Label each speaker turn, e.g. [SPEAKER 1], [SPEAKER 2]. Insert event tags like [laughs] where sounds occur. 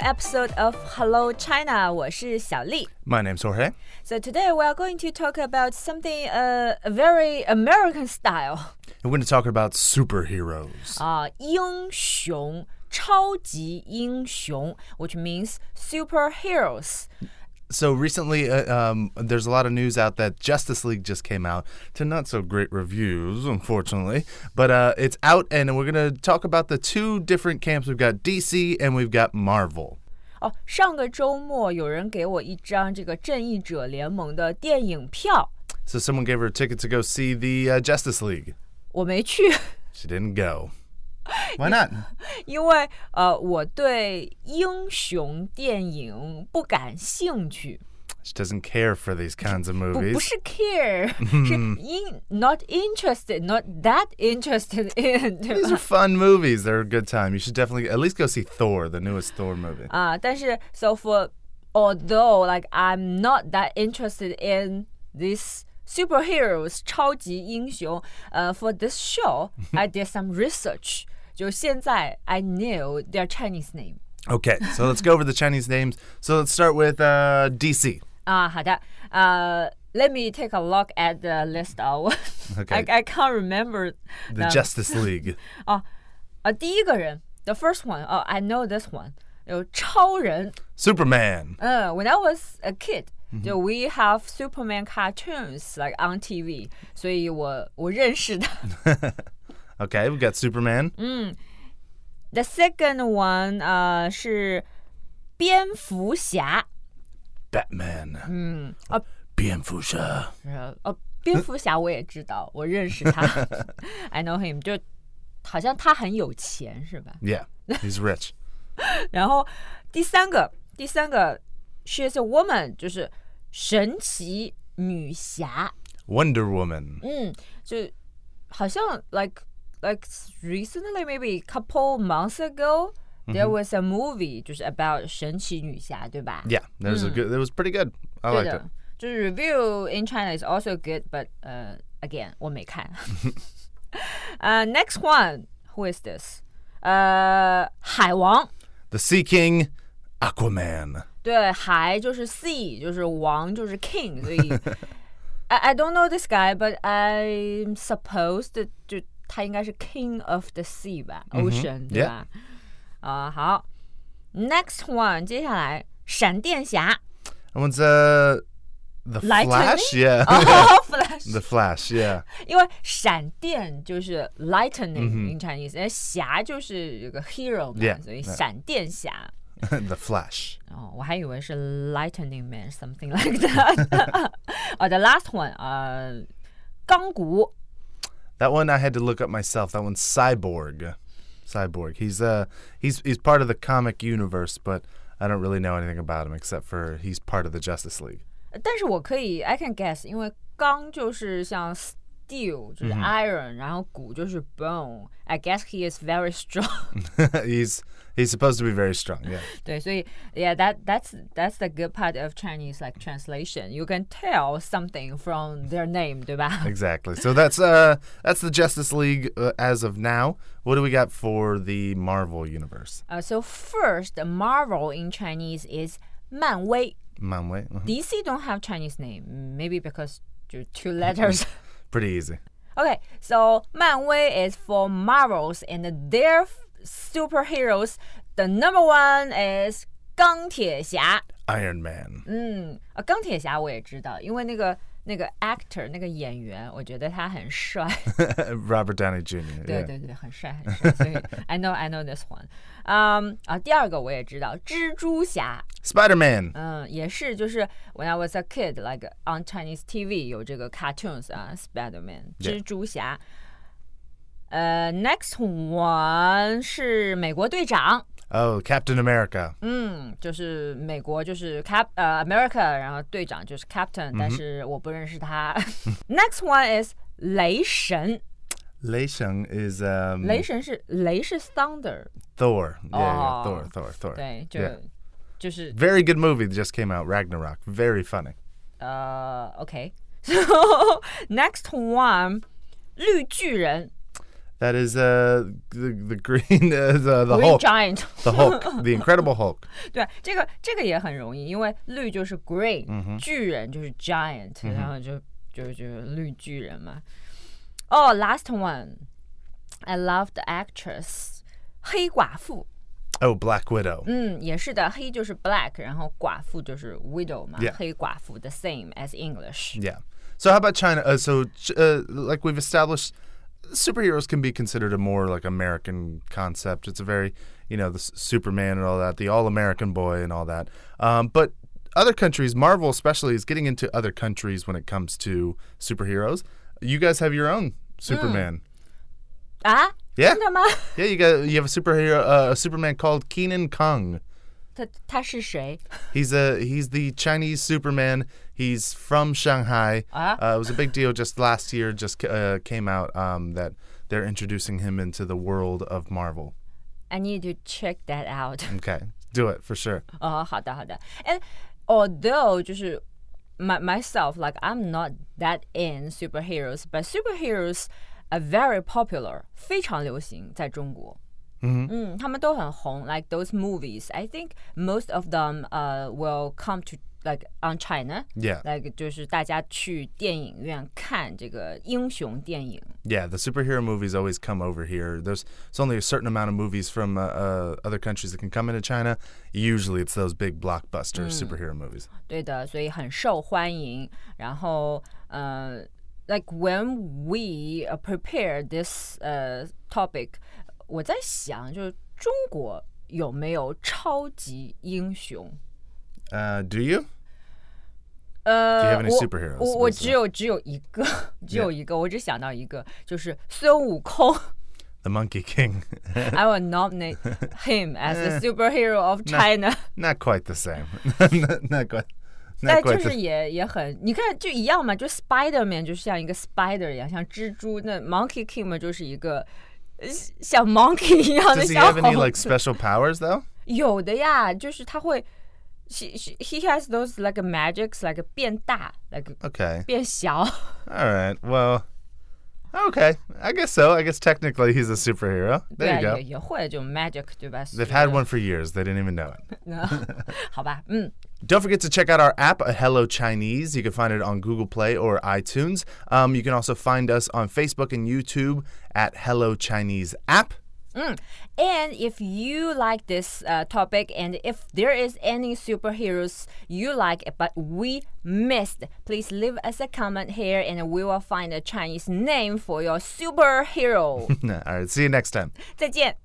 [SPEAKER 1] episode of Hello China. 我是小丽。
[SPEAKER 2] My name's Jorge.
[SPEAKER 1] So today we are going to talk about something uh very American style.
[SPEAKER 2] We're going to talk about superheroes.
[SPEAKER 1] 啊、英雄，超级英雄，which means superheroes.
[SPEAKER 2] So recently, uh, um, there's a lot of news out that Justice League just came out to not so great reviews, unfortunately. But uh, it's out, and we're going to talk about the two different camps. We've got DC and we've got Marvel.
[SPEAKER 1] 哦，上个周末有人给我一张这个《正义者联盟》的电影票，
[SPEAKER 2] So someone gave her a ticket to go see the uh, Justice League.
[SPEAKER 1] 我没去，
[SPEAKER 2] She didn't go. Why not?
[SPEAKER 1] 因为呃，我对英雄电影不感兴趣，
[SPEAKER 2] She doesn't care for these kinds of
[SPEAKER 1] 不不
[SPEAKER 2] movies.
[SPEAKER 1] 是 care，是 [laughs] in not interested，not that interested [laughs] in，对吧
[SPEAKER 2] These are？fun movies. They're a good time. You should definitely at least go see Thor, the newest Thor movie.
[SPEAKER 1] 啊，Ah, 但是 so for although like I'm not that interested in this superheroes 超级英雄，呃、f o r this show I did some research，就现在 I knew their Chinese name。
[SPEAKER 2] Okay, so let's go over the Chinese names. So let's start with uh, DC.
[SPEAKER 1] 啊，Ah, 好的，呃、l e t me take a look at the list [laughs] out。
[SPEAKER 2] Okay,
[SPEAKER 1] I I can't remember
[SPEAKER 2] the
[SPEAKER 1] them.
[SPEAKER 2] Justice League.
[SPEAKER 1] 啊，第一个人，the first one，哦、i know this one，有超人。
[SPEAKER 2] Superman.
[SPEAKER 1] 嗯，When I was a kid，就 we have Superman cartoons like on TV，所以我我认识的。
[SPEAKER 2] Okay, we've got Superman.
[SPEAKER 1] The second one，呃，是蝙蝠侠，
[SPEAKER 2] Batman.
[SPEAKER 1] 嗯，啊，
[SPEAKER 2] Bienfusha.
[SPEAKER 1] 呃，哦，蝙蝠侠我也知道，我认识他，I know him，就好像他很有钱是吧？
[SPEAKER 2] Yeah, he's rich.
[SPEAKER 1] 然后第三个，第三个，she is a woman，就是神奇女侠，
[SPEAKER 2] Wonder Woman.
[SPEAKER 1] 嗯，就好像 like like recently maybe couple months ago there was a movie 就是 about 神奇女侠，对吧
[SPEAKER 2] Mm-hmm. Yeah, that was a good. That was pretty good. I
[SPEAKER 1] 对
[SPEAKER 2] liked it.
[SPEAKER 1] 的，就是 review in China is also good, but 呃、again 我没
[SPEAKER 2] [laughs]
[SPEAKER 1] 看。 [laughs] 呃、n e x t one who is this？呃、海王。
[SPEAKER 2] The Sea King, Aquaman.
[SPEAKER 1] 对，海就是 sea，就是王，就是 king，所
[SPEAKER 2] [laughs]
[SPEAKER 1] 以 I I don't know this guy, but I'm supposed 就他应该是 king of the sea 吧，ocean、对
[SPEAKER 2] 嗯 yeah
[SPEAKER 1] 吧？啊、好，next one，接下来闪电
[SPEAKER 2] [laughs]
[SPEAKER 1] 侠，
[SPEAKER 2] That one's uh, the
[SPEAKER 1] Lightning?
[SPEAKER 2] Flash. Yeah,
[SPEAKER 1] 哦
[SPEAKER 2] the
[SPEAKER 1] ，flash，
[SPEAKER 2] Flash. Yeah, [laughs]
[SPEAKER 1] 因为闪电就是 lightning、in Chinese，而侠就是有个 hero 嘛
[SPEAKER 2] 嗯 Yeah，
[SPEAKER 1] 所以
[SPEAKER 2] yeah
[SPEAKER 1] 闪电侠。
[SPEAKER 2] the Flash.
[SPEAKER 1] 哦，我还以为是 Lightning Man something [laughs] like that。哦、t h e last one，呃，钢骨
[SPEAKER 2] That one I had to look up myself. That one's Cyborg. Cyborg. He's uh he's he's part of the comic universe, but I don't really know anything about him except for he's part of the Justice League. [laughs]
[SPEAKER 1] 但是我可以 I can guess，因为钢就是像 steel 就是 iron，、然后骨就是 bone。I guess he is very strong 。 [laughs]
[SPEAKER 2] he's he's supposed to be very strong. Yeah.
[SPEAKER 1] 对，所以 yeah that that's that's the good part of Chinese like translation. You can tell something from their name，对吧？
[SPEAKER 2] Exactly. So that's uh that's the Justice League uh, as of now. What do we got for the Marvel universe?
[SPEAKER 1] 呃、s o Uh, first Marvel in Chinese is 漫威。
[SPEAKER 2] Manway. Mhm.
[SPEAKER 1] DC don't have Chinese name, maybe because you're two letters. [laughs]
[SPEAKER 2] Pretty easy.
[SPEAKER 1] okay, so Manwei is for Marvels and their f- superheroes. The number one is 钢铁侠。
[SPEAKER 2] Iron Man. [laughs]
[SPEAKER 1] 嗯，啊，钢铁侠 Uh, 我也知道，因为那个那个 actor 那个演员，我觉得他很帅。
[SPEAKER 2] Robert Downey Jr.
[SPEAKER 1] 对
[SPEAKER 2] Yeah.
[SPEAKER 1] 对对，很帅很帅。所以 [laughs] I know I know this one。嗯啊，第二个我也知道，蜘蛛侠。
[SPEAKER 2] Spider Man.
[SPEAKER 1] 嗯，也是，就是 when I was a kid, like on Chinese TV 有这个 cartoons 啊，Spider Man 蜘
[SPEAKER 2] Yeah.
[SPEAKER 1] 蛛侠。呃、n e x t one 是美国队长，
[SPEAKER 2] Oh, Captain America.
[SPEAKER 1] 嗯，就是美国就是 Cap 呃 America，然后队长就是 Captain，、但是我不认识他。Next [laughs] one is 雷神，
[SPEAKER 2] Lei Sheng is um
[SPEAKER 1] 雷神是雷是 Thunder，
[SPEAKER 2] Thor. Yeah, yeah,
[SPEAKER 1] Oh.
[SPEAKER 2] Thor, Thor, Thor.
[SPEAKER 1] 对，就
[SPEAKER 2] Yeah.
[SPEAKER 1] 就是。
[SPEAKER 2] Very good movie that just came out, Ragnarok. Very funny.
[SPEAKER 1] [laughs] 呃，OK，so next one，绿巨人，
[SPEAKER 2] That is uh, the the [laughs] green uh, the the
[SPEAKER 1] Green
[SPEAKER 2] Hulk,
[SPEAKER 1] Giant，
[SPEAKER 2] the Hulk, the Incredible Hulk.
[SPEAKER 1] 对，这个这个也很容易，因为绿就是 green，、巨人就是 giant，、然后就就就绿巨人嘛。哦、l a s t one, I love the actress，黑寡妇，
[SPEAKER 2] Oh, Black Widow.
[SPEAKER 1] 嗯，也是的，黑就是 black，然后寡妇就是 widow 嘛
[SPEAKER 2] Yeah
[SPEAKER 1] 黑寡妇 the same as English。
[SPEAKER 2] Yeah. So how about China? Uh, so ch- uh, like we've established, superheroes can be considered a more like American concept. It's a very you know the S- Superman and all that, the all American boy and all that. Um, but other countries, Marvel especially, is getting into other countries when it comes to superheroes. You guys have your own Superman.
[SPEAKER 1] 啊，
[SPEAKER 2] Yeah.
[SPEAKER 1] 真的吗？ [laughs]
[SPEAKER 2] Yeah, you got you have a superhero, uh, a Superman called Keenan Kong.
[SPEAKER 1] 他他是谁？
[SPEAKER 2] He's a he's the Chinese Superman. He's from Shanghai.
[SPEAKER 1] Ah.
[SPEAKER 2] Uh, it was a big deal just last year. Just ca- uh, came out um, that they're introducing him into the world of Marvel.
[SPEAKER 1] I need to check that out。
[SPEAKER 2] Okay, do it for sure.
[SPEAKER 1] 哦，好的好的。And although 就是 my myself like I'm not that in superheroes, but superheroes are very popular，非常流行在中国。嗯嗯，他们都很红，like those movies. I think most of them uh will come to like on China.
[SPEAKER 2] Yeah,
[SPEAKER 1] Like 就是大家去电影院看这个英雄电影。
[SPEAKER 2] yeah. The superhero movies always come over here. There's it's only a certain amount of movies from uh, uh, other countries that can come into China. Usually, it's those big blockbuster superhero movies.
[SPEAKER 1] 对的，所以很受欢迎。然后，呃，like when we uh, prepare this 呃、topic，我在想，就是中国有没有超级英雄？
[SPEAKER 2] Uh, do you?
[SPEAKER 1] 呃，
[SPEAKER 2] Do you have any
[SPEAKER 1] 我
[SPEAKER 2] superheroes
[SPEAKER 1] 我我
[SPEAKER 2] recently?
[SPEAKER 1] 只有只有一个， [laughs] 只有一个，我只想到一个，就是孙悟空。 [laughs]
[SPEAKER 2] The Monkey King. [laughs]
[SPEAKER 1] I will nominate him as the superhero
[SPEAKER 2] [laughs]
[SPEAKER 1] of China。
[SPEAKER 2] not quite the same. [laughs] not, not quite.
[SPEAKER 1] 但
[SPEAKER 2] Not
[SPEAKER 1] 哎就
[SPEAKER 2] quite the
[SPEAKER 1] 是也也很，你看就一样嘛，就 Spider Man 就像一个 Spider 一样，像蜘蛛；那 Monkey King 嘛就是一个呃像 Monkey 一样的
[SPEAKER 2] Does he
[SPEAKER 1] 小
[SPEAKER 2] have any
[SPEAKER 1] 猴
[SPEAKER 2] like
[SPEAKER 1] 子。
[SPEAKER 2] special powers though?
[SPEAKER 1] 有的呀，就是他会，he he- he has those like magics like 变大，like
[SPEAKER 2] Okay.
[SPEAKER 1] 变小。
[SPEAKER 2] All right. Well, okay. I guess so. I guess technically he's a superhero.
[SPEAKER 1] 对
[SPEAKER 2] There
[SPEAKER 1] 啊，
[SPEAKER 2] you go.
[SPEAKER 1] 也也会就 magic 对吧
[SPEAKER 2] They've had one for years. They didn't even know it.
[SPEAKER 1] [laughs] 好吧，嗯，
[SPEAKER 2] Don't forget to check out our app, uh, Hello Chinese. You can find it on Google Play or iTunes. Um, you can also find us on Facebook and YouTube at Hello Chinese App. [laughs]
[SPEAKER 1] And if you like this uh, topic, and if there is any superheroes you like but we missed, please leave us a comment here, and we will find a Chinese name for your superhero. [laughs]
[SPEAKER 2] All right. See you next time.
[SPEAKER 1] 再见。